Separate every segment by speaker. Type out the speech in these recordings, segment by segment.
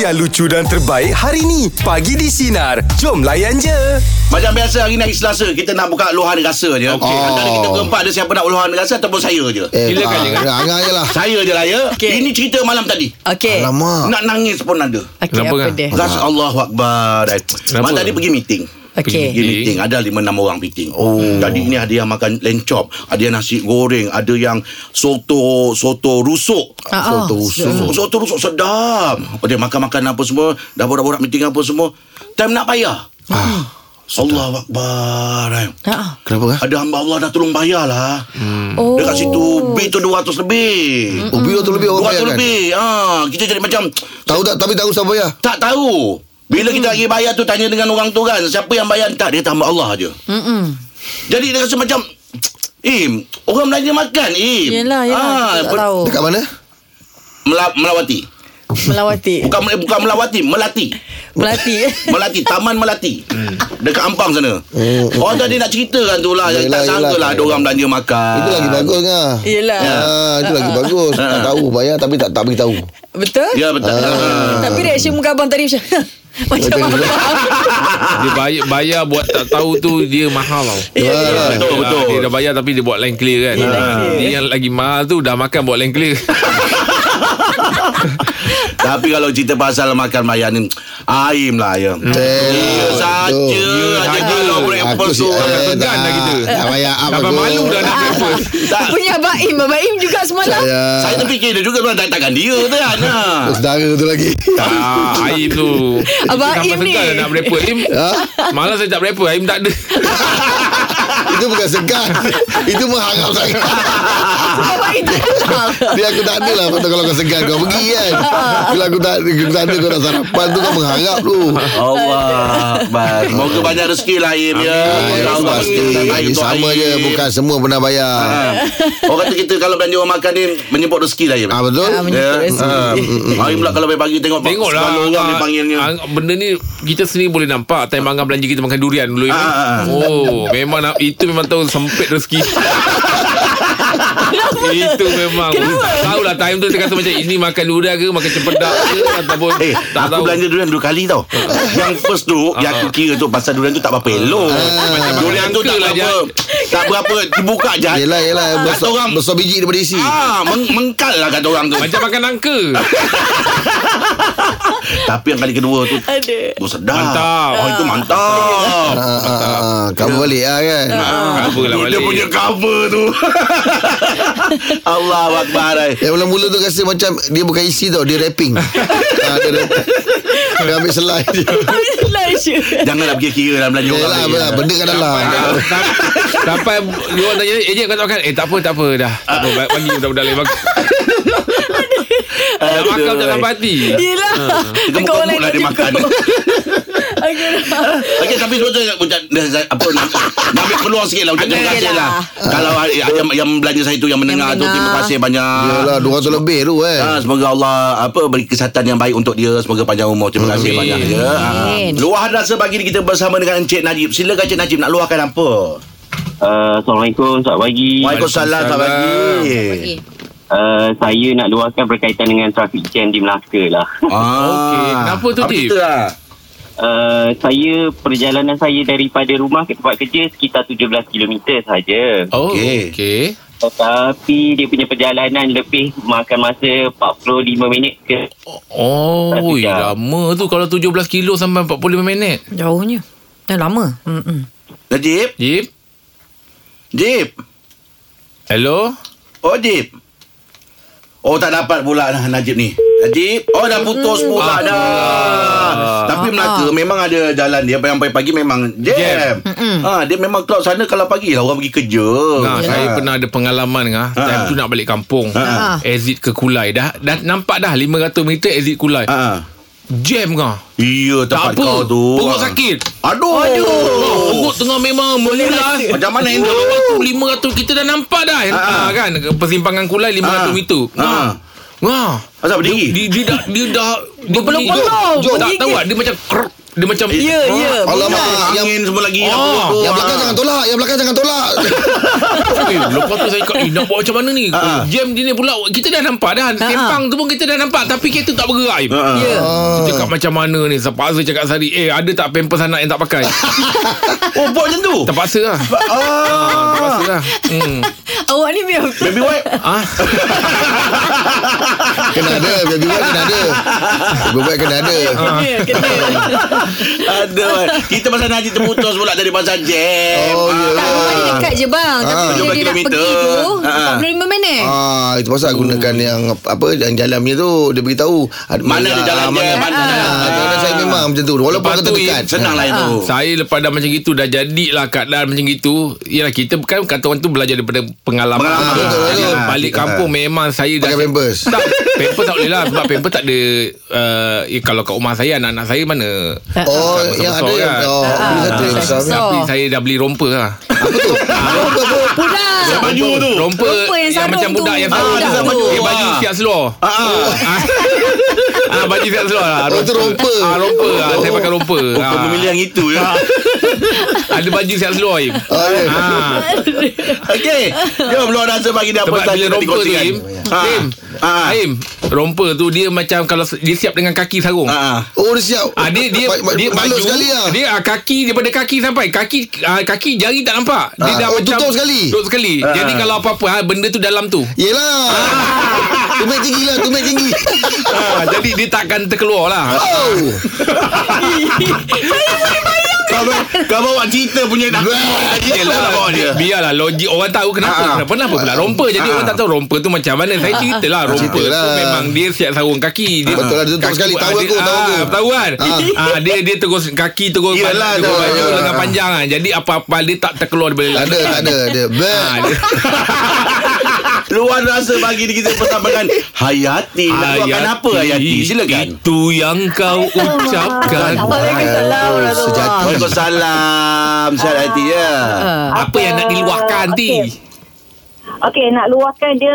Speaker 1: yang lucu dan terbaik hari ni. Pagi di Sinar. Jom layan je.
Speaker 2: Macam biasa hari ni hari Selasa Kita nak buka luahan rasa je okay.
Speaker 3: Oh.
Speaker 2: Antara kita berempat ada siapa nak luahan rasa Ataupun saya je eh.
Speaker 3: Eh,
Speaker 4: Silakan, silakan.
Speaker 3: ah, Angah je lah
Speaker 2: Saya je lah ya okay. Ini cerita malam tadi
Speaker 5: Okey.
Speaker 3: Alamak
Speaker 2: Eh, Nak nangis pun ada
Speaker 5: Okey,
Speaker 4: Kenapa
Speaker 5: apa
Speaker 4: kan?
Speaker 5: dia?
Speaker 2: Ras Allah Akbar Eh. Mak tadi pergi meeting Pergi
Speaker 5: Okey.
Speaker 4: Pergi.
Speaker 2: meeting Ada 5-6 orang meeting oh. Jadi ni ada yang makan lencop Ada yang nasi goreng Ada yang soto Soto rusuk
Speaker 5: Ah, ah.
Speaker 3: Soto usus
Speaker 2: So, so terus sedap. Oh, dia makan-makan apa semua, dapur-dapur nak meeting apa semua. Time nak bayar. Ah. Allah Akbar. Eh.
Speaker 5: Ha ah.
Speaker 3: Kenapa lah
Speaker 2: Ada hamba Allah dah tolong bayar lah. Hmm.
Speaker 5: Oh.
Speaker 2: Dekat situ, bil tu 200 lebih.
Speaker 3: Ubi tu lebih
Speaker 2: 200
Speaker 3: orang bayar kan
Speaker 2: lebih. Ha, kita jadi macam
Speaker 3: Tahu tak tapi tahu siapa ya? bayar
Speaker 2: tak tahu. Bila
Speaker 3: Hmm.
Speaker 2: kita lagi bayar tu tanya dengan orang tu kan, siapa yang bayar tak dia kata hamba Allah je.
Speaker 5: Mm-mm.
Speaker 2: Jadi dia rasa macam Im, orang Melayu makan, Im.
Speaker 5: Yelah, yelah.
Speaker 2: Ah,
Speaker 5: kita tak
Speaker 2: ber-
Speaker 5: tahu.
Speaker 3: Dekat mana
Speaker 2: Mela- melawati.
Speaker 5: Melawati.
Speaker 2: Bukan eh, bukan melawati, melati.
Speaker 5: Melati.
Speaker 2: Melati Taman Melati
Speaker 3: Hmm.
Speaker 2: Dekat Ampang sana Orang tadi nak ceritakan tu lah Yang tak
Speaker 3: Oh, Yelah,
Speaker 2: sangka
Speaker 3: yelah.
Speaker 2: lah Ada orang belanja makan
Speaker 3: Itu lagi bagus kan
Speaker 5: Yelah.
Speaker 3: ah, Itu lagi bagus Tak tahu bayar tapi tak tak beritahu
Speaker 5: Betul? Ah.
Speaker 2: Ya betul
Speaker 3: Ah.
Speaker 5: Tapi reaksi muka abang tadi macam macam
Speaker 3: Betul,
Speaker 5: apa?
Speaker 3: betul.
Speaker 4: Dia bayar, bayar buat tak tahu tu Dia mahal tau
Speaker 5: Ya, ya.
Speaker 2: Ah, Betul betul
Speaker 4: Dia dah bayar tapi dia buat line clear kan ha. Dia yang lagi mahal tu Dah makan buat line clear
Speaker 2: Tapi kalau cerita pasal makan bayar ni Aim lah ya
Speaker 3: Hmm.
Speaker 2: Ya saja Ada
Speaker 4: saja.
Speaker 2: kalau boleh
Speaker 3: Ya, Aku si
Speaker 2: tu
Speaker 3: eh,
Speaker 4: Sampai
Speaker 3: ah,
Speaker 4: segan dah kita.
Speaker 3: Nak bayar apa
Speaker 4: Sampai
Speaker 3: tu?
Speaker 4: malu dah nak breakfast
Speaker 2: Tak
Speaker 5: Punya Abaim Abaim juga semalam
Speaker 3: Saya
Speaker 2: Saya terfikir dia juga Tuan takkan dia tu kan Ah.
Speaker 3: Saudara tu lagi
Speaker 4: Ah, Aim tu
Speaker 5: Abang
Speaker 4: Sampai
Speaker 5: Aim ni.
Speaker 4: segan dah nak breakfast Aim
Speaker 2: Ha?
Speaker 4: Malah saya tak breakfast Aim tak ada
Speaker 3: Itu bukan segan Itu mengharap sangat
Speaker 5: Abaim tak kenal
Speaker 3: Dia aku tak ada lah Patut kalau kau segan kau pergi kan Bila aku tak, aku tak ada kau nak sarapan tu kau mengharap tu
Speaker 2: Allah Akbar. Semoga banyak rezeki lah Aim ya
Speaker 3: Ya,
Speaker 2: Allah
Speaker 3: pasti.
Speaker 2: Allah, baik untuk
Speaker 3: Sama
Speaker 2: Aim.
Speaker 3: je Bukan semua pernah bayar
Speaker 2: Ah. Orang kata kita kalau belanja orang makan ni Menyebut rezeki lah Aim
Speaker 3: Ah betul?
Speaker 5: Ah, men-
Speaker 2: Ya.
Speaker 5: Menyebut
Speaker 2: Ah. Hari pula kalau pagi tengok
Speaker 4: Tengoklah
Speaker 2: Segala orang
Speaker 4: Angah-
Speaker 2: dia panggilnya.
Speaker 4: Angah- Benda ni Kita sendiri boleh nampak Time Angah belanja kita makan durian dulu Aim.
Speaker 2: Ah, ah, ah.
Speaker 4: Oh Memang nak, itu memang tahu Sempit rezeki Itu memang Tak tahu lah time tu Dia kata macam Ini makan durian ke Makan cempedak ke Ataupun
Speaker 2: Eh,
Speaker 4: Tak
Speaker 2: aku
Speaker 4: tahu Ah.
Speaker 2: belanja durian dua kali tau. yang first tu, yang aku kira tu pasal durian tu tak berapa elok. durian tu tak
Speaker 4: Sangka lah,
Speaker 2: berapa, tak berapa dibuka je.
Speaker 3: Yelah yelah besar,
Speaker 2: orang-
Speaker 3: besar biji daripada isi
Speaker 2: Ah, meng, mengkal lah kata orang tu.
Speaker 4: Macam makan nangka
Speaker 2: Tapi yang kali kedua tu,
Speaker 5: Ada
Speaker 2: tu sedap.
Speaker 4: Mantap.
Speaker 2: Oh, itu mantap.
Speaker 3: Ah, ah, ah, ah. Kamu balik lah kan
Speaker 2: Ah.
Speaker 4: Cover
Speaker 2: Tu
Speaker 4: lah
Speaker 2: dia
Speaker 4: balik
Speaker 2: punya cover tu. Allah Akbar. eh.
Speaker 3: Yang mula-mula tu rasa macam Dia bukan isi tau Dia rapping ah, dia, rap, dia ambil selai je
Speaker 5: Malaysia
Speaker 2: Janganlah pergi kira dalam belanja orang
Speaker 3: Yelah
Speaker 2: lain.
Speaker 3: yelah, Benda lah. kat dalam
Speaker 4: Ah, sam- Sampai Dia orang tanya Ejen kau tak makan Eh tak apa tak apa dah Tak apa ba- Bagi budak-budak lain makan Nak
Speaker 2: Aduh.
Speaker 4: makan tak sampai hati
Speaker 5: Yelah
Speaker 2: Kita
Speaker 5: Kau
Speaker 2: muka-muka
Speaker 5: lain
Speaker 2: lah dia
Speaker 5: juga.
Speaker 2: makan.
Speaker 5: Okey lah
Speaker 2: Okey tapi sebetulnya Ucap dah, dah, apa nak nak ambil peluang sikit lah Ucap terima
Speaker 5: Okey
Speaker 2: kasih
Speaker 5: lah.
Speaker 2: lah Kalau eh, yang, yang belanja saya tu Yang mendengar tu
Speaker 5: mendengar.
Speaker 2: Terima kasih banyak
Speaker 3: Yelah 200 lebih tu eh
Speaker 2: Ah, semoga Allah apa beri kesihatan yang baik untuk dia. Semoga panjang umur. Terima kasih
Speaker 4: Amin.
Speaker 2: banyak ya. Ah.
Speaker 5: Amin.
Speaker 2: Luahan rasa pagi ni kita bersama dengan Encik Najib. Silakan Encik Najib nak luahkan apa?
Speaker 6: Uh, Assalamualaikum, selamat pagi.
Speaker 2: Waalaikumsalam selamat pagi.
Speaker 6: Uh, saya nak luahkan berkaitan dengan traffic jam di Melaka lah.
Speaker 2: Ah.
Speaker 4: Okey, kenapa tu,
Speaker 2: Apa
Speaker 4: Dip?
Speaker 2: cerita lah?
Speaker 6: Uh, saya, perjalanan saya daripada rumah ke tempat kerja sekitar 17 km saja.
Speaker 4: Oh
Speaker 2: Okey.
Speaker 4: Okay
Speaker 6: Tetapi dia punya perjalanan lebih makan masa 45 minit ke.
Speaker 4: Oh ui,
Speaker 6: Satu jam.
Speaker 4: Lama tu Kalau 17 kilo Sampai 45 minit
Speaker 5: Jauhnya Dah lama Mm-mm.
Speaker 2: Najib?
Speaker 4: Jip
Speaker 2: Jib?
Speaker 4: Hello
Speaker 2: Oh, Jib? Oh, tak dapat pula nah, Najib ni. Najib? Oh, dah putus pula
Speaker 4: Ah.
Speaker 2: dah. Tapi Melaka memang ada jalan dia. Yang pagi-pagi memang
Speaker 4: Jam.
Speaker 2: jam. Ha, dia memang keluar sana kalau pagi lah orang pergi kerja.
Speaker 4: Nah,
Speaker 2: Ha.
Speaker 4: saya pernah ada pengalaman ngah. Time
Speaker 2: Ha.
Speaker 4: tu nak balik kampung.
Speaker 5: Ha.
Speaker 4: Exit ke Kulai dah dah nampak dah 500 meter exit Kulai.
Speaker 2: Ha.
Speaker 4: Jam ngah.
Speaker 2: Iya,
Speaker 4: Tak
Speaker 2: tempat kau
Speaker 4: apa.
Speaker 2: tu.
Speaker 4: Perut sakit.
Speaker 2: Aduh. Ha. Aduh.
Speaker 4: Oh, perut tengah memang melulas.
Speaker 2: Macam mana
Speaker 4: Yang
Speaker 2: Hendro?
Speaker 4: awal tu 500 kita dah nampak dah ha.
Speaker 2: Ha.
Speaker 4: kan persimpangan Kulai
Speaker 2: Ha.
Speaker 4: 500 meter. Ha. Ha.
Speaker 2: Asal berdiri?
Speaker 4: Dia, dia dah dia dah dia
Speaker 5: Berpeluh-peluh,
Speaker 4: bunyi- Tak
Speaker 5: bergigit.
Speaker 4: tahu lah, dia macam krok dia macam
Speaker 5: Ya,
Speaker 2: Eh,
Speaker 5: ya.
Speaker 2: oh.
Speaker 3: Alamak, yang,
Speaker 2: Angin semua lagi Ha.
Speaker 4: Ah,
Speaker 2: apa-apa.
Speaker 3: yang belakang jangan tolak. Yang belakang jangan tolak.
Speaker 4: Eh, lepas tu saya kata, eh, nak buat macam mana ni?
Speaker 2: Ha.
Speaker 4: Jam dia ni pula, kita dah nampak dah. Tempang tu pun kita dah nampak. Tapi kereta tak bergerak. Im.
Speaker 2: Ah, ah.
Speaker 5: Ah, Ya.
Speaker 4: Kita cakap macam mana ni? Terpaksa cakap Sari, eh, ada tak pampers anak yang tak pakai?
Speaker 2: Oh buat macam tu
Speaker 4: Terpaksa lah.
Speaker 2: Ah.
Speaker 4: Terpaksa lah. Hmm.
Speaker 5: Awak ni biar
Speaker 2: Baby wipe
Speaker 4: Ah,
Speaker 3: Kena ada. Baby wipe kena ada. Baby wipe kena ada.
Speaker 5: kena, kena.
Speaker 2: Aduh Kita pasal Haji terputus pula Dari pasal jam
Speaker 3: Oh, ya.
Speaker 5: Tak, rumah dia dekat je bang. Tapi
Speaker 3: Ah.
Speaker 5: bila dia nak
Speaker 2: 15
Speaker 5: pergi
Speaker 2: kilometer.
Speaker 5: tu,
Speaker 2: Ah.
Speaker 5: 45 minit.
Speaker 3: Ah, itu pasal gunakan yang apa yang jalan punya tu dia beritahu ada-
Speaker 2: Oh. Mana dia jalan
Speaker 3: ah,
Speaker 2: dia, mana
Speaker 3: ah,
Speaker 2: jalan.
Speaker 3: kalau ada saya memang macam tu walaupun
Speaker 4: Lepas
Speaker 3: kata
Speaker 4: tu,
Speaker 3: dekat
Speaker 2: Senang lah itu
Speaker 3: Oh.
Speaker 4: Saya lepas dah macam gitu Dah jadilah keadaan macam gitu Yalah kita kan Kata orang tu belajar daripada pengalaman,
Speaker 2: Pengalaman,
Speaker 4: Jadi,
Speaker 3: betul, betul.
Speaker 4: Balik
Speaker 3: Ah.
Speaker 4: kampung memang saya dah
Speaker 3: Pakai pampers.
Speaker 4: Tak Pampers tak boleh lah Sebab pampers tak ada uh, eh, Kalau kat rumah saya Anak-anak saya mana
Speaker 3: oh
Speaker 4: Ah,
Speaker 3: yang
Speaker 4: besar
Speaker 3: ada yang
Speaker 4: kan?
Speaker 3: oh
Speaker 5: Ah,
Speaker 3: beli satu
Speaker 5: besar,
Speaker 3: yang besar
Speaker 5: besar.
Speaker 3: punya.
Speaker 4: Tapi saya dah beli romper lah
Speaker 3: Apa tu?
Speaker 5: Budak.
Speaker 2: Baju tu
Speaker 4: Romper,
Speaker 5: Romper yang sarung
Speaker 4: macam
Speaker 5: tu.
Speaker 4: budak Yang
Speaker 5: Ah,
Speaker 4: sarung
Speaker 5: dia
Speaker 4: tu.
Speaker 5: sama
Speaker 4: Eh,
Speaker 2: juga.
Speaker 4: baju siap seluar
Speaker 2: Ah, ah.
Speaker 4: Ah, baju siap seluar lah
Speaker 3: Oh, tu romper.
Speaker 4: ah, Romper ah, Saya pakai romper
Speaker 2: Oh, kau
Speaker 4: Ah.
Speaker 2: memilih yang itu ya.
Speaker 4: Ada baju siap seluar Im.
Speaker 3: Oh, ya.
Speaker 4: Ah.
Speaker 2: Okey. Jom luar rasa bagi dia apa
Speaker 4: Sebab bila
Speaker 2: saja nanti
Speaker 4: romper tu
Speaker 2: kongsikan.
Speaker 4: Im
Speaker 2: Ha.
Speaker 4: Im ah,
Speaker 2: Ha.
Speaker 4: Im Romper tu dia macam Kalau se- dia siap dengan kaki sarung
Speaker 2: Ha.
Speaker 3: oh dia siap
Speaker 4: Ah, dia dia
Speaker 3: Ma- ma-
Speaker 4: dia
Speaker 3: malu
Speaker 4: baju,
Speaker 3: sekali lah
Speaker 4: Dia ah, kaki daripada kaki sampai kaki ah, kaki jari tak nampak. Dia
Speaker 3: Ah,
Speaker 4: dah
Speaker 3: oh,
Speaker 4: macam
Speaker 3: tutup sekali.
Speaker 4: Tutup sekali. Jadi kalau apa-apa ah, benda tu dalam tu.
Speaker 3: Yelah Tumit tinggi lah Tumit tinggi
Speaker 4: ah, jadi dia takkan terkeluar lah.
Speaker 3: Oh
Speaker 2: Kau kau bawa cerita punya nak. Jelah nak bawa dia.
Speaker 4: Biarlah logik orang tahu kenapa.
Speaker 2: Ah.
Speaker 4: Kenapa kenapa pula romper. Jadi
Speaker 2: Ah.
Speaker 4: orang tak tahu romper tu macam mana. Saya ceritalah romper tu
Speaker 3: Ah, Ceritalah.
Speaker 4: memang dia siap sarung kaki. Dia
Speaker 3: Betul lah, dia tutup
Speaker 4: kaki-
Speaker 3: sekali. Tahu
Speaker 4: dia-
Speaker 3: aku, tahu
Speaker 4: ah,
Speaker 3: aku.
Speaker 4: Tahu kan? Ah, dia dia terus kaki terus
Speaker 2: Yelah,
Speaker 4: panjang, terus
Speaker 2: dah.
Speaker 4: panjang, lengan
Speaker 3: Ah.
Speaker 4: panjang kan. Jadi apa-apa dia tak terkeluar daripada
Speaker 3: Tak ada Tak ada Dia
Speaker 4: Ah,
Speaker 3: Bang
Speaker 4: dia-
Speaker 2: Luar rasa bagi di kita bersama dengan Hayati. Nak luahkan apa Hayati? Silakan.
Speaker 4: Itu yang kau
Speaker 5: Waalaikumsalam
Speaker 4: ucapkan Ah.
Speaker 5: warahmatullahi
Speaker 3: Oh, Sejati
Speaker 2: Waalaikumsalam Sihat hati ya
Speaker 3: Ah.
Speaker 4: Apa yang nak diluahkan Ti
Speaker 7: Okey. Okey, nak luahkan dia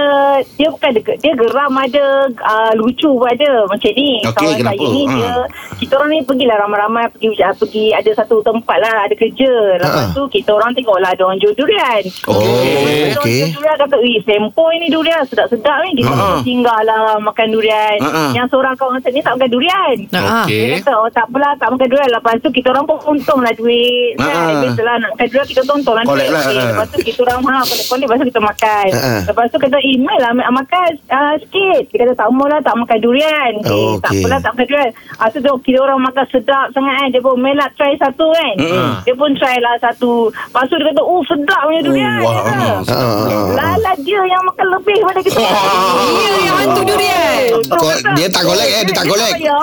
Speaker 7: dia bukan deg- dia geram ada, uh, lucu pun ada macam ni.
Speaker 2: Okey,
Speaker 7: Kawan
Speaker 2: kenapa?
Speaker 7: saya ni
Speaker 2: Ha.
Speaker 7: dia kita orang ni pergilah ramai-ramai pergi pergi ada satu tempat lah ada kerja. Lepas
Speaker 3: Ha.
Speaker 7: tu kita orang tengoklah ada orang jual durian.
Speaker 3: Oh
Speaker 7: Kita orang
Speaker 3: Okay
Speaker 7: jual durian kata, "Ui, sempoi ni durian sedap-sedap ni." Kita
Speaker 2: Ha.
Speaker 7: singgah lah makan durian.
Speaker 2: Ha, ha.
Speaker 7: Yang seorang kawan saya ni tak makan durian.
Speaker 5: Ah,
Speaker 4: Okey
Speaker 7: Dia kata oh tak apalah tak makan durian Lepas tu kita orang pun untung lah duit
Speaker 3: Ah,
Speaker 2: Ha,
Speaker 7: kan
Speaker 2: ha.
Speaker 7: Biasalah nak makan durian kita tonton lah
Speaker 2: Collect lah,
Speaker 7: Okey,
Speaker 2: ha.
Speaker 7: Lepas tu kita orang ha kolek-kolek Lepas tu kita makan
Speaker 3: Ha, ha.
Speaker 7: Lepas tu kata eh mai lah ambil makan uh, sikit Dia kata tak mahu lah tak makan durian Eh,
Speaker 3: Oh,
Speaker 7: Tak
Speaker 3: okey.
Speaker 7: apalah tak makan durian Lepas tu tengok kita orang makan sedap sangat kan Dia pun mai lah try satu kan Dia pun try lah satu Lepas tu dia kata oh sedap punya durian
Speaker 2: wah,
Speaker 7: dia kata.
Speaker 3: Ah, ah, ah, ah.
Speaker 7: Lala dia yang makan lebih pada kita
Speaker 5: Dia Ya, yang hantu durian.
Speaker 3: Ko- dia tak collect, eh? Dia tak collect.
Speaker 7: Dia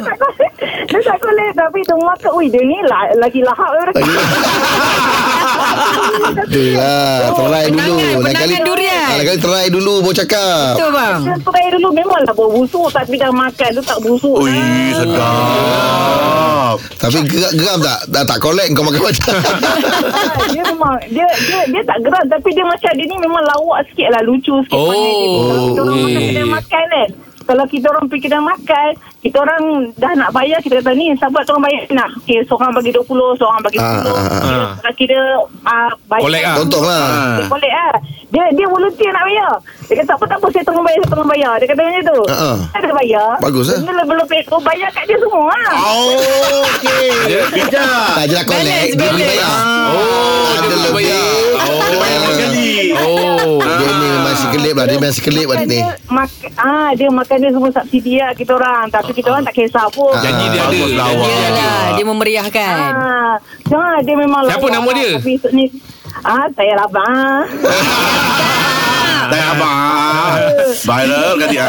Speaker 7: tak collect. Dia tak collect tapi tu makan. Ui, dia ni la- lagi lahap daripada kita. lah,
Speaker 3: Itulah Try dulu
Speaker 5: Kenangan,
Speaker 3: Lain kali
Speaker 5: kenangan durian.
Speaker 3: Ah, Lain kali try dulu Baru cakap
Speaker 5: Betul bang.
Speaker 7: Dia tu kaya dulu memanglah bau busuk tapi dah makan tu tak busuk.
Speaker 2: Ui sedap
Speaker 3: Tapi geram, geram tak? Dah tak collect kau makan macam
Speaker 7: Ah, dia memang dia, dia dia tak geram tapi dia macam dia ni memang lawak sikit lah lucu sikit
Speaker 4: Oh.
Speaker 7: pandai
Speaker 4: Eh.
Speaker 7: dia. Kalau kita orang makan kedai makan kan. Kalau kita orang pergi kedai makan, kita orang dah nak bayar kita kata ni sahabat tu orang bayar nak. Okey, seorang bagi 20, seorang bagi 10.
Speaker 3: Ah, ah, ah,
Speaker 4: ah.
Speaker 7: Kalau kita ah, bayar
Speaker 4: Collect ah.
Speaker 3: Tonton lah
Speaker 7: Dia collect lah Dia dia volunteer nak bayar Dia kata apa tak apa Saya tolong bayar Saya tolong bayar Dia kata macam tu
Speaker 3: Ha, ha.
Speaker 7: Saya dah bayar
Speaker 3: Bagus, eh?
Speaker 7: Benda lah belum pay Kau bayar kat dia semua lah
Speaker 4: Ah.
Speaker 2: Oh Okey Bijak Ah.
Speaker 3: Tak je lah collect
Speaker 5: Balance,
Speaker 3: Dia boleh
Speaker 5: balance.
Speaker 3: bayar
Speaker 4: Ya. Oh
Speaker 3: Ada
Speaker 4: Dia boleh
Speaker 3: lebih.
Speaker 4: bayar Oh
Speaker 2: Dia bayar dua kali
Speaker 4: Oh
Speaker 3: Dia ni memang si kelip lah Dia memang si kelip lah dia ni
Speaker 7: Dia, mak, ah, dia makan dia semua subsidi lah kita orang Tapi kita orang tak kisah pun
Speaker 3: Ah.
Speaker 4: Janji dia ada
Speaker 2: Bagus lah awak.
Speaker 4: Janji dia ada.
Speaker 5: Yalah, dia memeriahkan.
Speaker 7: Ah, ah, dia memang
Speaker 4: Siapa
Speaker 7: lawa
Speaker 4: nama
Speaker 7: lah.
Speaker 4: dia?
Speaker 7: Tapi esok ni Ah, saya lah bang.
Speaker 2: Tak abang Viral kan dia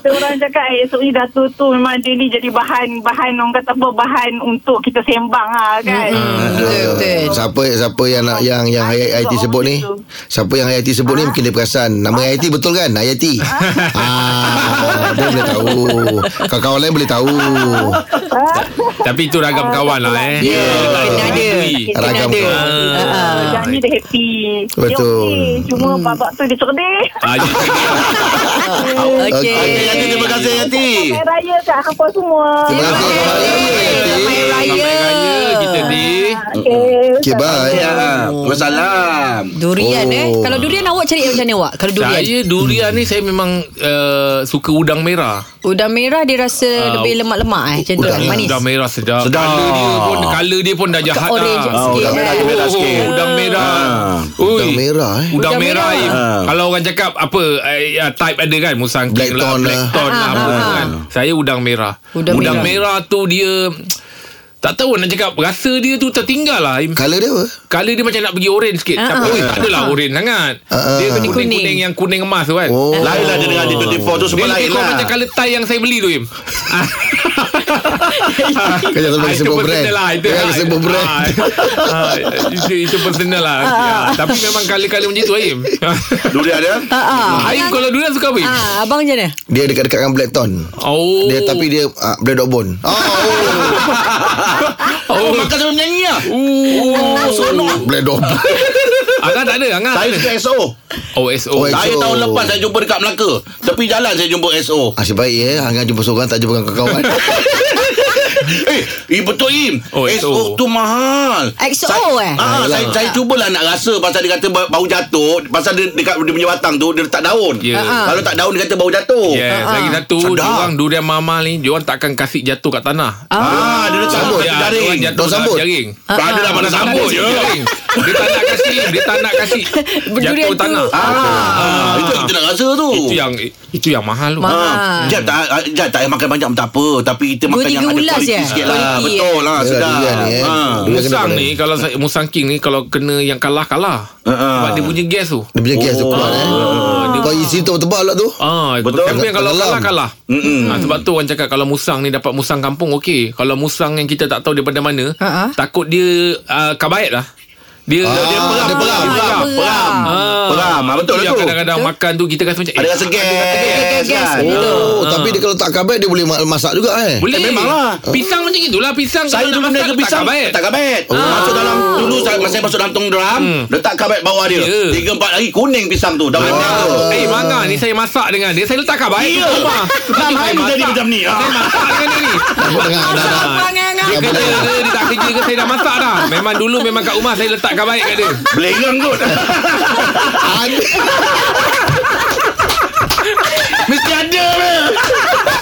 Speaker 7: kita orang cakap eh, esok ni Dato' tu memang dia ni jadi bahan bahan orang kata apa bahan untuk kita sembang lah kan.
Speaker 5: Hmm, betul, betul.
Speaker 3: Siapa siapa yang nak yang yang Hayati sebut ni? Siapa yang Hayati sebut ni mungkin dia perasan. Nama Hayati betul kan? Hayati. Ah, dia boleh tahu. Kawan-kawan lain boleh tahu.
Speaker 4: Tapi itu ragam kawan lah eh
Speaker 3: Ya.
Speaker 5: Kena ada.
Speaker 4: Ui.
Speaker 3: Ragam
Speaker 5: Kena ada.
Speaker 3: kawan.
Speaker 5: Ah, ah.
Speaker 7: Yang ni dia happy. Dia
Speaker 3: Betul. Hmm.
Speaker 7: okey. Cuma babak tu dia cerdih.
Speaker 4: Ah, jadi tadi
Speaker 5: Okey.
Speaker 2: Okey,
Speaker 3: Eh,
Speaker 2: Yati, terima kasih Yati.
Speaker 7: Selamat Eh, raya kat hafal semua.
Speaker 3: Terima kasih. Selamat raya.
Speaker 5: Selamat Raya.
Speaker 4: raya kita ni.
Speaker 7: Ah, Okey.
Speaker 3: Okay, bye.
Speaker 2: Ya, wassalam.
Speaker 5: Durian eh.
Speaker 3: Oh.
Speaker 5: Kalau durian awak cari macam mana awak? Kalau durian.
Speaker 4: Saya durian ni saya memang uh, suka udang merah.
Speaker 5: Udang merah dia rasa
Speaker 4: Ah,
Speaker 5: lebih lemak-lemak eh. Macam tu
Speaker 3: udang
Speaker 5: lah, manis.
Speaker 4: Udang merah sedap.
Speaker 2: Sedap.
Speaker 4: Colour dia pun, colour dia pun dah jahat
Speaker 5: orange
Speaker 4: dah.
Speaker 5: sikit.
Speaker 2: udang merah,
Speaker 5: eh.
Speaker 2: dia merah sikit.
Speaker 4: Oh, Udang merah.
Speaker 2: Ah,
Speaker 4: Ui.
Speaker 3: Udang merah, eh.
Speaker 4: Udang
Speaker 5: Udang
Speaker 4: merah.
Speaker 5: merah.
Speaker 4: Im.
Speaker 2: Ah.
Speaker 4: Kalau orang cakap apa eh, ya, type ada kan musang king
Speaker 3: Blackthorn
Speaker 4: lah,
Speaker 3: lah.
Speaker 4: blackthorn lah
Speaker 5: Ah, ah,
Speaker 4: apa tu
Speaker 5: ah.
Speaker 4: kan. Saya udang merah.
Speaker 5: Udang
Speaker 4: udang
Speaker 5: merah.
Speaker 4: merah. tu dia tak tahu nak cakap rasa dia tu tertinggal lah Im.
Speaker 3: Color dia apa?
Speaker 4: Color dia macam nak pergi orange sikit
Speaker 5: Ah,
Speaker 4: Tapi
Speaker 5: ah.
Speaker 4: uh, tak adalah orange sangat
Speaker 3: Ah,
Speaker 4: Dia
Speaker 3: ah.
Speaker 4: kuning-kuning yang kuning emas tu kan
Speaker 3: Oh.
Speaker 2: Lainlah dia dengan D24 tu
Speaker 4: Dia
Speaker 2: semua
Speaker 4: lebih
Speaker 2: lain
Speaker 4: kurang
Speaker 2: lah.
Speaker 4: macam color tie yang saya beli tu Im
Speaker 3: Kau jangan
Speaker 4: Ah,
Speaker 3: boleh sebut
Speaker 4: personal
Speaker 3: brand.
Speaker 4: lah, itu
Speaker 3: Jangan
Speaker 4: lah.
Speaker 3: sebut brand.
Speaker 4: Ah, ah, itu, itu personal
Speaker 5: Ah,
Speaker 4: lah Ya, Tapi memang color-color macam tu Im
Speaker 2: Durian dia.
Speaker 5: Ah, ah.
Speaker 4: Aim kalau durian suka apa Im?
Speaker 5: Ah, abang macam mana?
Speaker 3: Dia dekat-dekat dengan Blackton.
Speaker 4: Oh Ah,
Speaker 3: Dia tapi dia uh, Black Dog Bone. Oh,
Speaker 2: Oh, makan sambil menyanyi lah.
Speaker 4: Oh
Speaker 3: oh. Black Dog Bone.
Speaker 4: Angah tak ada Angah
Speaker 2: Saya suka SO.
Speaker 4: OSO
Speaker 3: Oi.
Speaker 2: Saya
Speaker 3: SO.
Speaker 2: tahun lepas saya jumpa dekat Melaka. Tepi jalan saya jumpa SO.
Speaker 3: Asyik baik eh. Hanggang jumpa seorang tak jumpa dengan kawan-kawan.
Speaker 2: Eh, eh betul Im.
Speaker 4: Oh,
Speaker 2: SO
Speaker 4: SO.
Speaker 2: tu mahal.
Speaker 5: XO, eh?
Speaker 2: Ah, saya, saya cubalah nak rasa pasal dia kata ba- bau jatuh, pasal dia dekat dia punya batang tu dia letak daun.
Speaker 4: Ya. Ah, ah.
Speaker 2: Kalau tak daun dia kata bau jatuh.
Speaker 4: Yes,
Speaker 5: Ah, ah.
Speaker 4: lagi satu
Speaker 2: Sedap.
Speaker 4: Diorang durian mama ni Diorang takkan kasih jatuh kat tanah
Speaker 2: Ah, dia letak daun
Speaker 3: Sambut.
Speaker 2: dia
Speaker 4: Ya,
Speaker 2: jaring.
Speaker 4: diorang jatuh
Speaker 3: Daun
Speaker 4: dalam
Speaker 3: sambut.
Speaker 4: jaring
Speaker 2: Tak ada lah mana
Speaker 4: Mana sambut
Speaker 2: sambut
Speaker 4: je
Speaker 2: je.
Speaker 4: Dia tak nak kasih Dia tak nak kasih
Speaker 5: Berdurian
Speaker 4: Jatuh
Speaker 5: tu.
Speaker 4: tanah
Speaker 2: Ah,
Speaker 4: Ah.
Speaker 2: itu yang kita nak rasa tu.
Speaker 4: Itu yang Itu yang mahal tu
Speaker 5: Mahal.
Speaker 2: Ah,
Speaker 5: Ah.
Speaker 2: Jad tak, ah, Jad tak payah makan banyak pun tak apa Tapi kita
Speaker 5: Dua,
Speaker 2: makan yang
Speaker 5: tiga
Speaker 2: ada
Speaker 5: ulas,
Speaker 2: kualiti
Speaker 5: ya?
Speaker 2: sikit lah
Speaker 5: Kualiti,
Speaker 2: Betul lah,
Speaker 3: Yalah,
Speaker 2: sedap
Speaker 3: durian ni, eh.
Speaker 2: Ah.
Speaker 3: Dia
Speaker 4: Musang
Speaker 3: kena
Speaker 4: ni Kalau saya, Musang King ni Kalau kena yang kalah Kalah
Speaker 2: Ah, ah.
Speaker 4: Sebab dia punya gas tu
Speaker 3: Dia punya gas tu keluar eh.
Speaker 4: Oh.
Speaker 3: Kau isi tu tebal lah tu.
Speaker 4: Ah,
Speaker 2: Betul.
Speaker 4: betul. Tapi yang kalau
Speaker 3: Tenggelam.
Speaker 4: kalah kalah. Ah, sebab tu orang cakap kalau musang ni dapat musang kampung okey. Kalau musang yang kita tak tahu daripada mana,
Speaker 5: Ha, ha.
Speaker 4: takut dia uh, kabaik lah. Dia
Speaker 3: Ah,
Speaker 4: dia peram
Speaker 3: dia peram,
Speaker 4: peram,
Speaker 5: dia peram.
Speaker 4: peram. Ah.
Speaker 2: Peram, ah, betul lah
Speaker 4: yang
Speaker 2: tu.
Speaker 4: Kadang-kadang makan tu kita rasa macam eh,
Speaker 2: Ada rasa gas
Speaker 5: gas, gas,
Speaker 2: kan?
Speaker 5: betul.
Speaker 3: Oh, tapi dia kalau tak kabar dia boleh ma- masak juga eh.
Speaker 4: Boleh.
Speaker 2: Eh, memanglah.
Speaker 4: Pisang macam itulah pisang
Speaker 2: Saya
Speaker 4: kalau
Speaker 2: dulu
Speaker 4: nak
Speaker 2: naik ke
Speaker 4: masak,
Speaker 2: pisang
Speaker 4: tak kabaik.
Speaker 2: Tak kabet oh. Masuk dalam Dulu saya, saya masuk dalam tong drum Letak kabet bawah dia
Speaker 4: Ya.
Speaker 2: Tiga empat hari kuning pisang tu Dah
Speaker 4: Mangga
Speaker 2: banyak tu
Speaker 4: tu. Eh mangga ni saya masak dengan dia. Saya letak kabaik
Speaker 2: Ya.
Speaker 4: tu rumah.
Speaker 2: Kenapa
Speaker 4: Saya
Speaker 2: dia jadi
Speaker 4: masak.
Speaker 2: macam ni? Ah.
Speaker 4: Saya masak dengan dia ni.
Speaker 3: Tengok tengah dah dah.
Speaker 5: Abang Angah.
Speaker 4: Dia
Speaker 3: boleh.
Speaker 4: kerja ke Dia tak kerja ke Saya dah masak dah Memang dulu memang kat rumah Saya letak kabaik kat dia
Speaker 2: Belerang kot Mesti ada be.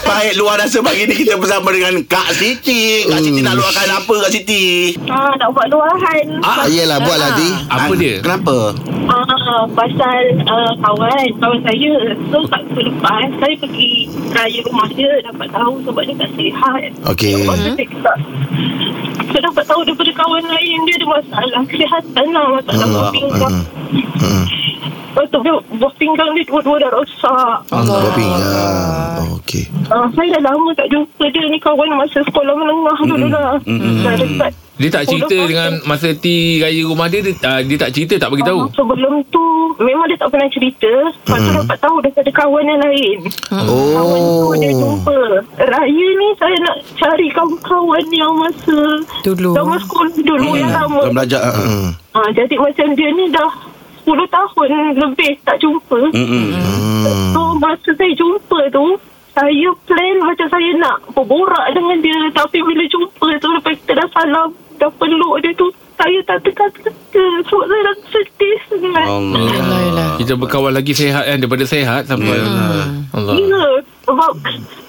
Speaker 2: Baik luar rasa pagi ni Kita bersama dengan Kak Siti Kak Siti nak luarkan apa Kak Siti
Speaker 7: Ah, nak buat luahan.
Speaker 3: Ah, Yelah buatlah Ti.
Speaker 4: Apa
Speaker 2: Ah,
Speaker 4: dia?
Speaker 2: Kenapa?
Speaker 7: Ah, pasal ah, kawan, kawan saya. So, tak selepas, saya pergi raya rumah dia dapat tahu sebab dia tak sihat.
Speaker 3: Okey.
Speaker 7: Dia buat sesekak. So, dapat tahu daripada kawan lain dia ada masalah kesihatan lah. Masalah
Speaker 3: Hmm,
Speaker 7: buah pinggang.
Speaker 3: hmm, Hmm.
Speaker 7: Lepas tu, dia- buah pinggang dia dua-dua dah rosak.
Speaker 3: Allah. Kopi. Ah, okey.
Speaker 7: Ah, saya dah lama tak jumpa dia ni kawan masa sekolah menengah dulu lah. Dah dekat
Speaker 4: Dia tak cerita
Speaker 7: sepuluh
Speaker 4: dengan
Speaker 7: tahun.
Speaker 4: masa ti raya rumah dia dia, uh, dia tak cerita tak bagi tahu.
Speaker 7: Ah, Sebelum tu memang dia tak pernah cerita. Lepas tu dapat tahu daripada kawan yang lain. Kawan
Speaker 3: Oh.
Speaker 7: tu dia jumpa. Raya ni saya nak cari kawan-kawan yang masa
Speaker 5: Dulu.
Speaker 7: zaman sekolah dulu yang lama.
Speaker 2: Bukan belajar ah, ah.
Speaker 7: Ha, jadi macam dia ni dah 10 tahun lebih tak jumpa.
Speaker 2: Mm-mm.
Speaker 3: Hmm.
Speaker 7: So masa saya jumpa tu saya plan macam saya nak berborak dengan dia tapi bila jumpa tu lepas kita dah salam dah peluk dia tu saya tak teka-teka sebab saya dah sedih sangat.
Speaker 2: Allah
Speaker 4: Kita berkawan lagi sehat kan daripada sehat sampai
Speaker 2: Hmm.
Speaker 4: Allah.
Speaker 7: Ya, sebab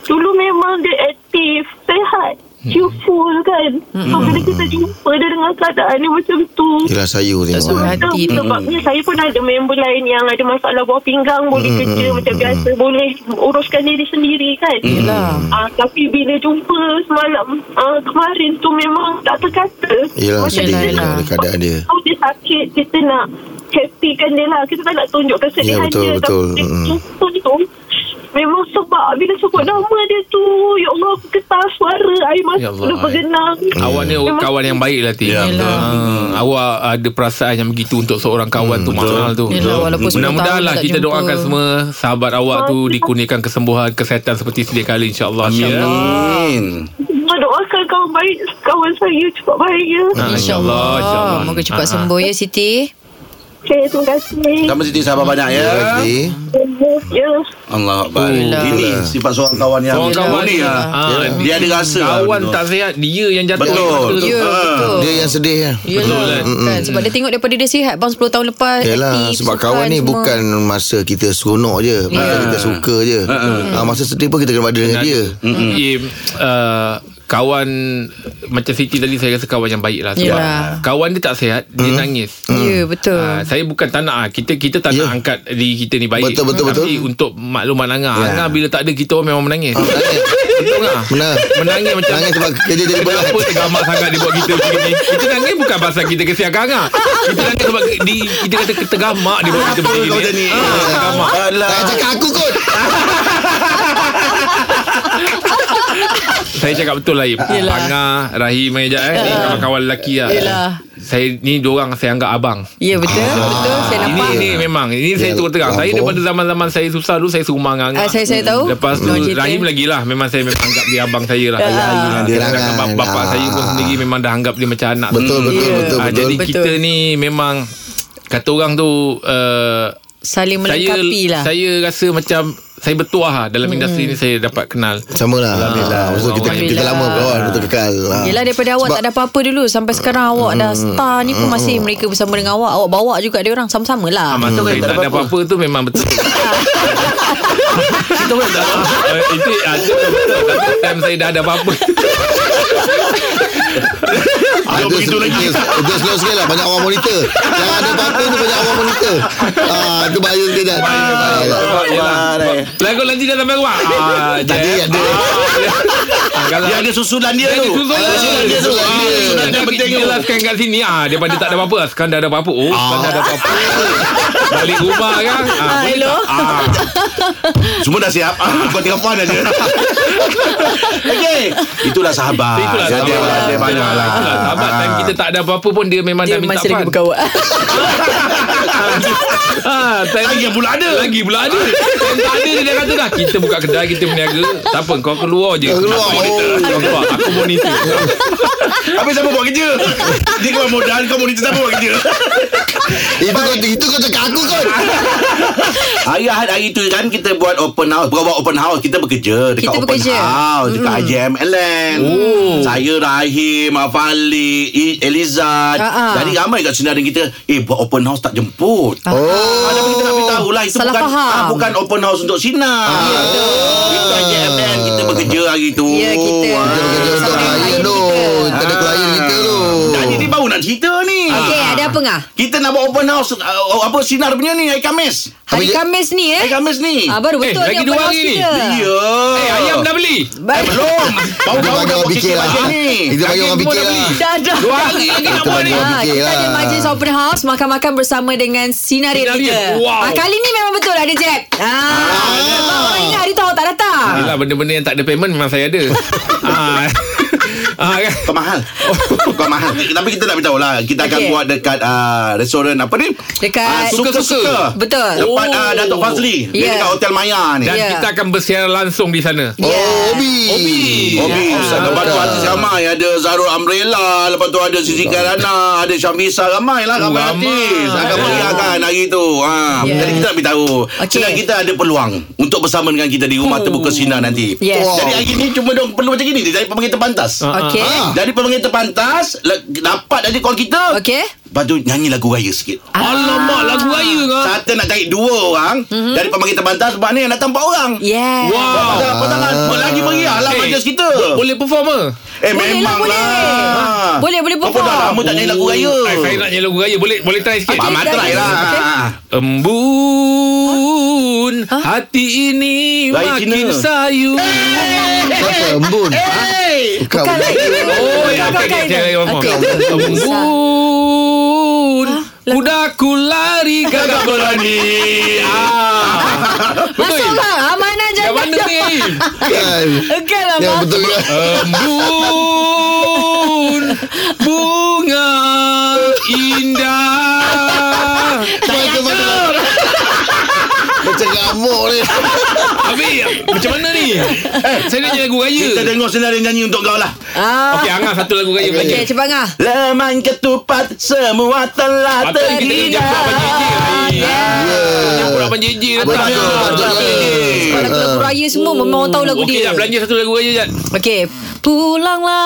Speaker 7: dulu memang dia aktif, sehat, cheerful kan. So, bila kita jumpa dia dengan keadaan dia macam tu.
Speaker 3: Yelah sayur
Speaker 5: suruh
Speaker 3: tengok. kan?
Speaker 5: hati.
Speaker 7: Sebab- Sebabnya saya pun ada member lain yang ada masalah buah pinggang Boleh kerja macam biasa Boleh uruskan diri sendiri kan
Speaker 5: Yelah.
Speaker 7: Ah, Tapi bila jumpa semalam ah, Kemarin tu memang tak terkata
Speaker 3: Yelah
Speaker 7: Macam
Speaker 3: sedih
Speaker 5: Yelah,
Speaker 7: kita-
Speaker 5: yelah.
Speaker 3: tengok keadaan dia.
Speaker 7: kalau dia sakit Kita nak happykan dia lah Kita tak nak tunjukkan
Speaker 3: Ya,
Speaker 7: kesedihan
Speaker 3: betul,
Speaker 7: dia
Speaker 3: betul.
Speaker 7: Tapi
Speaker 3: Mm-mm.
Speaker 7: dia jumpa tu Memang sebab Bila sebut nama dia tu Ya Allah Getar suara Air mata
Speaker 4: Ya
Speaker 7: ya
Speaker 4: Allah,
Speaker 7: bergenang
Speaker 4: Awak ni
Speaker 7: Memang-
Speaker 4: kawan yang baik lah Ti.
Speaker 2: Ya, betul.
Speaker 4: Ah, awak ada perasaan yang begitu untuk seorang kawan tu mahal tu.
Speaker 5: Yelah, walaupun sepuluh tahun
Speaker 4: Mudah-mudahan lah
Speaker 5: tak
Speaker 4: kita
Speaker 5: jumpa.
Speaker 4: doakan semua sahabat awak tu dikurniakan kesembuhan kesihatan seperti sedia kala insya-Allah. Ya.
Speaker 2: Amin
Speaker 7: Semua doakan kawan baik Kawan saya Cepat baik ya
Speaker 4: Ah,
Speaker 3: Ha.
Speaker 5: InsyaAllah
Speaker 4: insyaAllah, insyaAllah.
Speaker 5: Moga cepat
Speaker 4: Ah, ah.
Speaker 5: sembuh ya Siti
Speaker 7: Okay, terima kasih.
Speaker 2: Kamu mesti sabar banyak ya.
Speaker 3: Okey.
Speaker 7: Ya.
Speaker 2: Allah Akbar. Ini sifat seorang kawan yang
Speaker 4: Seorang kawan
Speaker 2: ni.
Speaker 4: ni
Speaker 2: ya.
Speaker 4: ah,
Speaker 2: Dia ada rasa. lah
Speaker 4: Kawan
Speaker 2: benda.
Speaker 4: tak sihat Dia yang jatuh
Speaker 2: Betul.
Speaker 4: Betul. Ah,
Speaker 5: Ya, betul.
Speaker 3: Dia yang sedih ya.
Speaker 4: Betul,
Speaker 5: Yelah,
Speaker 4: kan?
Speaker 5: kan? Sebab dia tengok daripada dia sihat Bang 10 tahun lepas
Speaker 3: Yalah
Speaker 5: aktif,
Speaker 3: sebab
Speaker 5: sukan
Speaker 3: kawan ni
Speaker 5: semua.
Speaker 3: bukan masa kita seronok je, masa kita suka je. Ah masa sedih pun kita kena berada dengan dia.
Speaker 4: Mm-mm. Ya, uh, kawan macam Siti tadi saya rasa kawan yang baik lah sebab
Speaker 5: Yalah.
Speaker 4: kawan dia tak sihat dia nangis
Speaker 5: Ya betul
Speaker 4: Ah, saya bukan tak nak ah. kita kita tak
Speaker 3: Ya.
Speaker 4: nak angkat diri kita ni baik
Speaker 3: Betul, betul,
Speaker 4: tapi
Speaker 3: betul.
Speaker 4: untuk makluman Angah Angah bila tak ada kita orang memang menangis betul Angah
Speaker 3: Ah, Benar.
Speaker 4: menangis macam
Speaker 3: Nangis sebab kerja jadi berat.
Speaker 4: Kenapa tergamak sangat dia buat kita macam ni Kita nangis bukan pasal kita kesiakan Angah Kita nangis sebab di, kita kata tergamak dia buat kita
Speaker 2: Betul kau
Speaker 4: macam
Speaker 2: tadi.
Speaker 4: ni Ah, Tergamak
Speaker 2: Alah.
Speaker 3: Tak cakap aku kot.
Speaker 4: Saya cakap betul lah Im
Speaker 5: Yelah.
Speaker 4: Angah Rahim aja eh Ni kawan-kawan lelaki lah
Speaker 5: Yelah.
Speaker 4: Saya ni dorang saya anggap abang
Speaker 5: Ya betul Betul saya
Speaker 4: Ah. ini,
Speaker 5: nampak
Speaker 4: ini memang Ini saya
Speaker 3: Ya,
Speaker 4: turut terang Saya
Speaker 3: lampau.
Speaker 4: daripada zaman-zaman Saya susah dulu Saya serumah dengan Angah
Speaker 5: Ah, saya- saya tahu.
Speaker 4: Lepas tu
Speaker 5: Orang cerita.
Speaker 4: Rahim lagi lah Memang saya memang anggap dia abang saya
Speaker 5: Ah.
Speaker 4: lah Alah,
Speaker 3: dia
Speaker 4: Sedangkan
Speaker 3: lah.
Speaker 4: bap- bapak saya pun sendiri Memang dah anggap dia macam anak
Speaker 3: Betul
Speaker 4: sendiri.
Speaker 3: betul
Speaker 5: Ya.
Speaker 3: betul
Speaker 4: Ah,
Speaker 3: betul.
Speaker 4: Jadi
Speaker 5: Betul.
Speaker 4: kita ni memang Kata orang tu uh,
Speaker 5: Saling
Speaker 4: saya,
Speaker 5: melengkapi lah
Speaker 4: saya rasa macam Saya bertuah lah Dalam industri ni Saya dapat kenal
Speaker 3: Sama lah Alhamdulillah Maksud kita, kita
Speaker 5: Alhamdulillah.
Speaker 3: lama kawan Betul kekal Ah.
Speaker 5: Yelah daripada awak tak ada apa-apa dulu Sampai sekarang awak dah
Speaker 4: Hmm.
Speaker 5: star ni pun Masih mereka bersama dengan awak Awak bawa juga dia orang Sama-sama
Speaker 4: Ah,
Speaker 3: Hmm.
Speaker 5: lah
Speaker 4: masa saya tak ada apa-apa tu memang betul. Kita pun tak tahu. Eh, Itu ada betul. Tapi time saya dah ada apa-apa.
Speaker 3: Ah, itu, itu, itu, itu slow sikit lah Banyak orang monitor Yang ada apa-apa tu Banyak orang monitor ah, Itu bahaya dia dah Ah,
Speaker 4: Sebab yelah.
Speaker 2: eh.
Speaker 4: Lagu Lah, nanti dah sampai rumah. Ah,
Speaker 3: Tadi
Speaker 4: je.
Speaker 3: ada
Speaker 4: Ah, kalau
Speaker 2: Dia ada susulan dia
Speaker 4: Dia ada
Speaker 2: tu.
Speaker 4: susulan dia.
Speaker 2: Dia ada susulan
Speaker 4: Ah,
Speaker 2: dia. Susulan
Speaker 4: Dia
Speaker 2: dia penting tu.
Speaker 4: jelaskan kat sini ah daripada tak ada apa-apa ah, sekarang dah ada apa-apa. Oh, sekarang dah ada apa-apa. Balik rumah kan. Ah, boleh
Speaker 5: hello.
Speaker 4: tak? Ah,
Speaker 2: Semua dah siap ah, Kau tinggal puan aja Okey Itulah lah sahabat
Speaker 4: so itulah
Speaker 2: Jadi
Speaker 4: Ah, sahabat.
Speaker 2: ada banyak lah
Speaker 4: Itulah Sahabat time kita tak ada apa-apa pun dia memang
Speaker 5: Dia
Speaker 4: dah minta
Speaker 5: masih lagi
Speaker 4: fun.
Speaker 5: berkawan
Speaker 4: Ah,
Speaker 2: Lagi
Speaker 4: time
Speaker 2: pula ada
Speaker 4: Lagi pula ada Time tak ada dia dah kata dah Kita buka kedai Kita berniaga Tak apa kau keluar je
Speaker 3: Kau keluar.
Speaker 4: Aku monitor
Speaker 3: Oh.
Speaker 4: Kau keluar Aku monitor
Speaker 2: Habis siapa buat kerja Dia kau modal Kau monitor siapa buat kerja
Speaker 3: Itu kau, itu kau cakap aku kot
Speaker 2: Hari Ahad hari tu kan Kita buat open house Bukan buat open house Kita bekerja Dekat
Speaker 5: Kita
Speaker 2: open
Speaker 5: bekerja.
Speaker 2: house Dekat mm. IJMLN
Speaker 4: Oh.
Speaker 2: Saya Rahim Afali I- Elizad
Speaker 5: Ah, ah.
Speaker 2: Jadi ramai kat sinarin kita Eh buat open house tak jemput
Speaker 3: Oh
Speaker 2: Ada kita nak beritahu lah Itu
Speaker 5: Salah
Speaker 2: bukan
Speaker 5: faham. Ah.
Speaker 2: ah, Bukan open house untuk sinar Itu IJMLN Kita bekerja hari tu
Speaker 5: Ya
Speaker 4: Oh,
Speaker 5: kita
Speaker 2: Ah.
Speaker 3: Kita bekerja untuk
Speaker 5: Sama
Speaker 3: klien
Speaker 5: dengan klien
Speaker 3: tu
Speaker 5: kita.
Speaker 3: Tak ada klien kita tu
Speaker 2: Jadi dia baru nak cerita ni
Speaker 5: Okey ada apa ngah
Speaker 2: Kita nak buat open house uh, Apa sinar punya ni Hari Khamis
Speaker 5: Hari
Speaker 3: Apa dia-
Speaker 5: Khamis ni eh
Speaker 2: Hari Khamis ni
Speaker 5: ah, Baru
Speaker 4: Eh,
Speaker 5: betul
Speaker 4: lagi
Speaker 5: dia
Speaker 4: dua
Speaker 5: open
Speaker 4: hari
Speaker 5: house
Speaker 4: ni.
Speaker 5: kita
Speaker 2: Ya
Speaker 4: Eh ayam dah beli
Speaker 5: Baik.
Speaker 2: Belum
Speaker 3: Kita
Speaker 2: Bau-bau
Speaker 3: bagi
Speaker 2: dah
Speaker 3: orang
Speaker 2: buat
Speaker 3: fikir
Speaker 2: fikir
Speaker 3: lah
Speaker 2: macam ni
Speaker 3: Kita bagi orang fikir lah
Speaker 5: Dah dah
Speaker 4: Dua hari lagi nak
Speaker 3: Kita
Speaker 4: buat
Speaker 3: bagi
Speaker 4: ni
Speaker 3: orang
Speaker 5: Ha,
Speaker 3: fikir
Speaker 5: kita ada majlis
Speaker 3: lah
Speaker 5: open house makan-makan bersama dengan sinarit
Speaker 4: Sinarit,
Speaker 5: kita.
Speaker 4: wow.
Speaker 5: Ah, kali ni memang betul ada Jeb. Ha. Ah, orang ingat hari tu awak tak datang.
Speaker 2: Ah.
Speaker 4: Yelah benda-benda yang tak ada payment Memang saya ada ah. ah, kan?
Speaker 2: Kau mahal Kau mahal Tapi kita nak beritahu lah Kita akan
Speaker 5: Okey.
Speaker 2: buat dekat ah, Restoran apa ni
Speaker 5: Dekat-
Speaker 2: Ah, Suka-suka
Speaker 5: Betul.
Speaker 2: Tempat
Speaker 4: Oh.
Speaker 2: ah, Datuk Fazli Dia
Speaker 5: Ya.
Speaker 2: dekat Hotel Maya ni
Speaker 4: Dan
Speaker 5: Ya.
Speaker 4: kita akan bersiaran langsung di sana
Speaker 3: Oh Obi
Speaker 2: Obi,
Speaker 5: Ah.
Speaker 2: lepas tu artis ramai Ada Zarul Umbrella Lepas tu ada Sisi Karana Ada Syamisa Ramai
Speaker 5: Oh,
Speaker 2: lah Ramai
Speaker 4: ramai.
Speaker 2: artis Akan
Speaker 4: Ya.
Speaker 2: meriahkan hari tu ha.
Speaker 5: Ya.
Speaker 2: Jadi kita nak beritahu
Speaker 5: Okey. Oh.
Speaker 2: Sedang kita ada peluang Untuk bersama dengan kita Di rumah terbuka sinar nanti
Speaker 5: Yes. Ah. Wow.
Speaker 2: Jadi hari ni cuma dong perlu macam gini Dia Jadi pemerintah
Speaker 3: Oh,
Speaker 4: Ah,
Speaker 2: pantas
Speaker 5: Okey.
Speaker 2: Jadi pemerintah pantas le- Dapat dari kawan kita
Speaker 5: Okey. Ah.
Speaker 2: Lepas tu nyanyi lagu raya sikit
Speaker 4: Alamak lagu raya kan
Speaker 2: Satu nak cari dua orang
Speaker 5: Mhm.
Speaker 2: mm-hmm. Dari pemerintah pantas Sebab ni yang datang empat orang
Speaker 5: Yeah.
Speaker 4: Wow
Speaker 2: Ada apa tangan Buat lagi meriah lah
Speaker 4: Eh,
Speaker 2: majlis kita
Speaker 4: Boleh perform ke?
Speaker 2: Eh
Speaker 5: Boleh
Speaker 2: memang
Speaker 5: lah, boleh.
Speaker 2: lah.
Speaker 5: Boleh, boleh
Speaker 2: Kau pun dah
Speaker 5: perform.
Speaker 2: lama tak nyanyi lagu raya
Speaker 4: Eh, Saya nak nyanyi lagu raya Boleh boleh try sikit
Speaker 2: Mak Mat
Speaker 5: dah
Speaker 2: try
Speaker 5: jadi.
Speaker 2: lah
Speaker 5: Okey.
Speaker 4: Embun Hati ini
Speaker 2: Raya
Speaker 4: makin
Speaker 2: Cina.
Speaker 4: sayu Eh,
Speaker 3: Siapa embun Bukan
Speaker 5: Bukan lah, lagi.
Speaker 4: Oh ya
Speaker 5: Bukan, bukan,
Speaker 4: Okey
Speaker 5: bukan. Okey.
Speaker 4: Embun
Speaker 5: lagu-
Speaker 4: Kudaku lari gagak berani Ah,
Speaker 5: Masuk lah. Amanah
Speaker 4: Yang
Speaker 5: jangan.
Speaker 4: mana ni
Speaker 3: Bukan
Speaker 5: Okey lah.
Speaker 3: Yang Kan?
Speaker 5: Mak.
Speaker 3: Ya, betul kan? ke
Speaker 4: Embun Bunga Indah
Speaker 3: Macam mana Macam ngamuk ni
Speaker 4: Habis Macam mana ni Eh, Saya nak nyanyi lagu raya
Speaker 2: Kita dengar senarai nyanyi untuk kau lah
Speaker 5: Ah.
Speaker 4: Okey, Angah satu lagu raya
Speaker 3: Okey.
Speaker 5: Okey,
Speaker 4: Melayu.
Speaker 5: cuba Angah.
Speaker 2: Leman ketupat semua telah
Speaker 4: Patut
Speaker 2: terhina.
Speaker 4: kita yang kurapan JJ. Ya. Yang kurapan JJ.
Speaker 3: Betul, betul.
Speaker 5: Kalau lagu raya semua memang orang tahu lagu
Speaker 4: Okey,
Speaker 5: dia.
Speaker 4: Jad. Belanja satu lagu raya, Jad.
Speaker 5: Okey. Pulanglah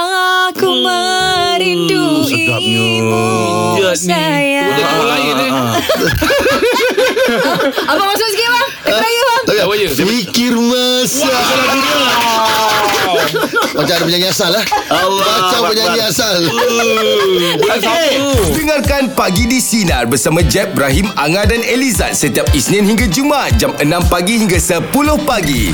Speaker 5: aku merinduimu
Speaker 3: Oh,
Speaker 4: Boleh
Speaker 5: sayang.
Speaker 4: call lain eh.
Speaker 5: Abang masuk sikit bang. Lagu raya bang.
Speaker 3: Tahu tak?
Speaker 4: Tahu je.
Speaker 3: Fikir masa Macam ada penyanyi asal lah
Speaker 2: Allah
Speaker 3: Macam
Speaker 2: Akbar.
Speaker 3: penyanyi asal
Speaker 4: Bulan satu.
Speaker 1: Dengarkan Pagi di Sinar bersama Jeb, Ibrahim, Anga dan Elizad setiap Isnin hingga Jumaat jam 6 pagi hingga 10 pagi.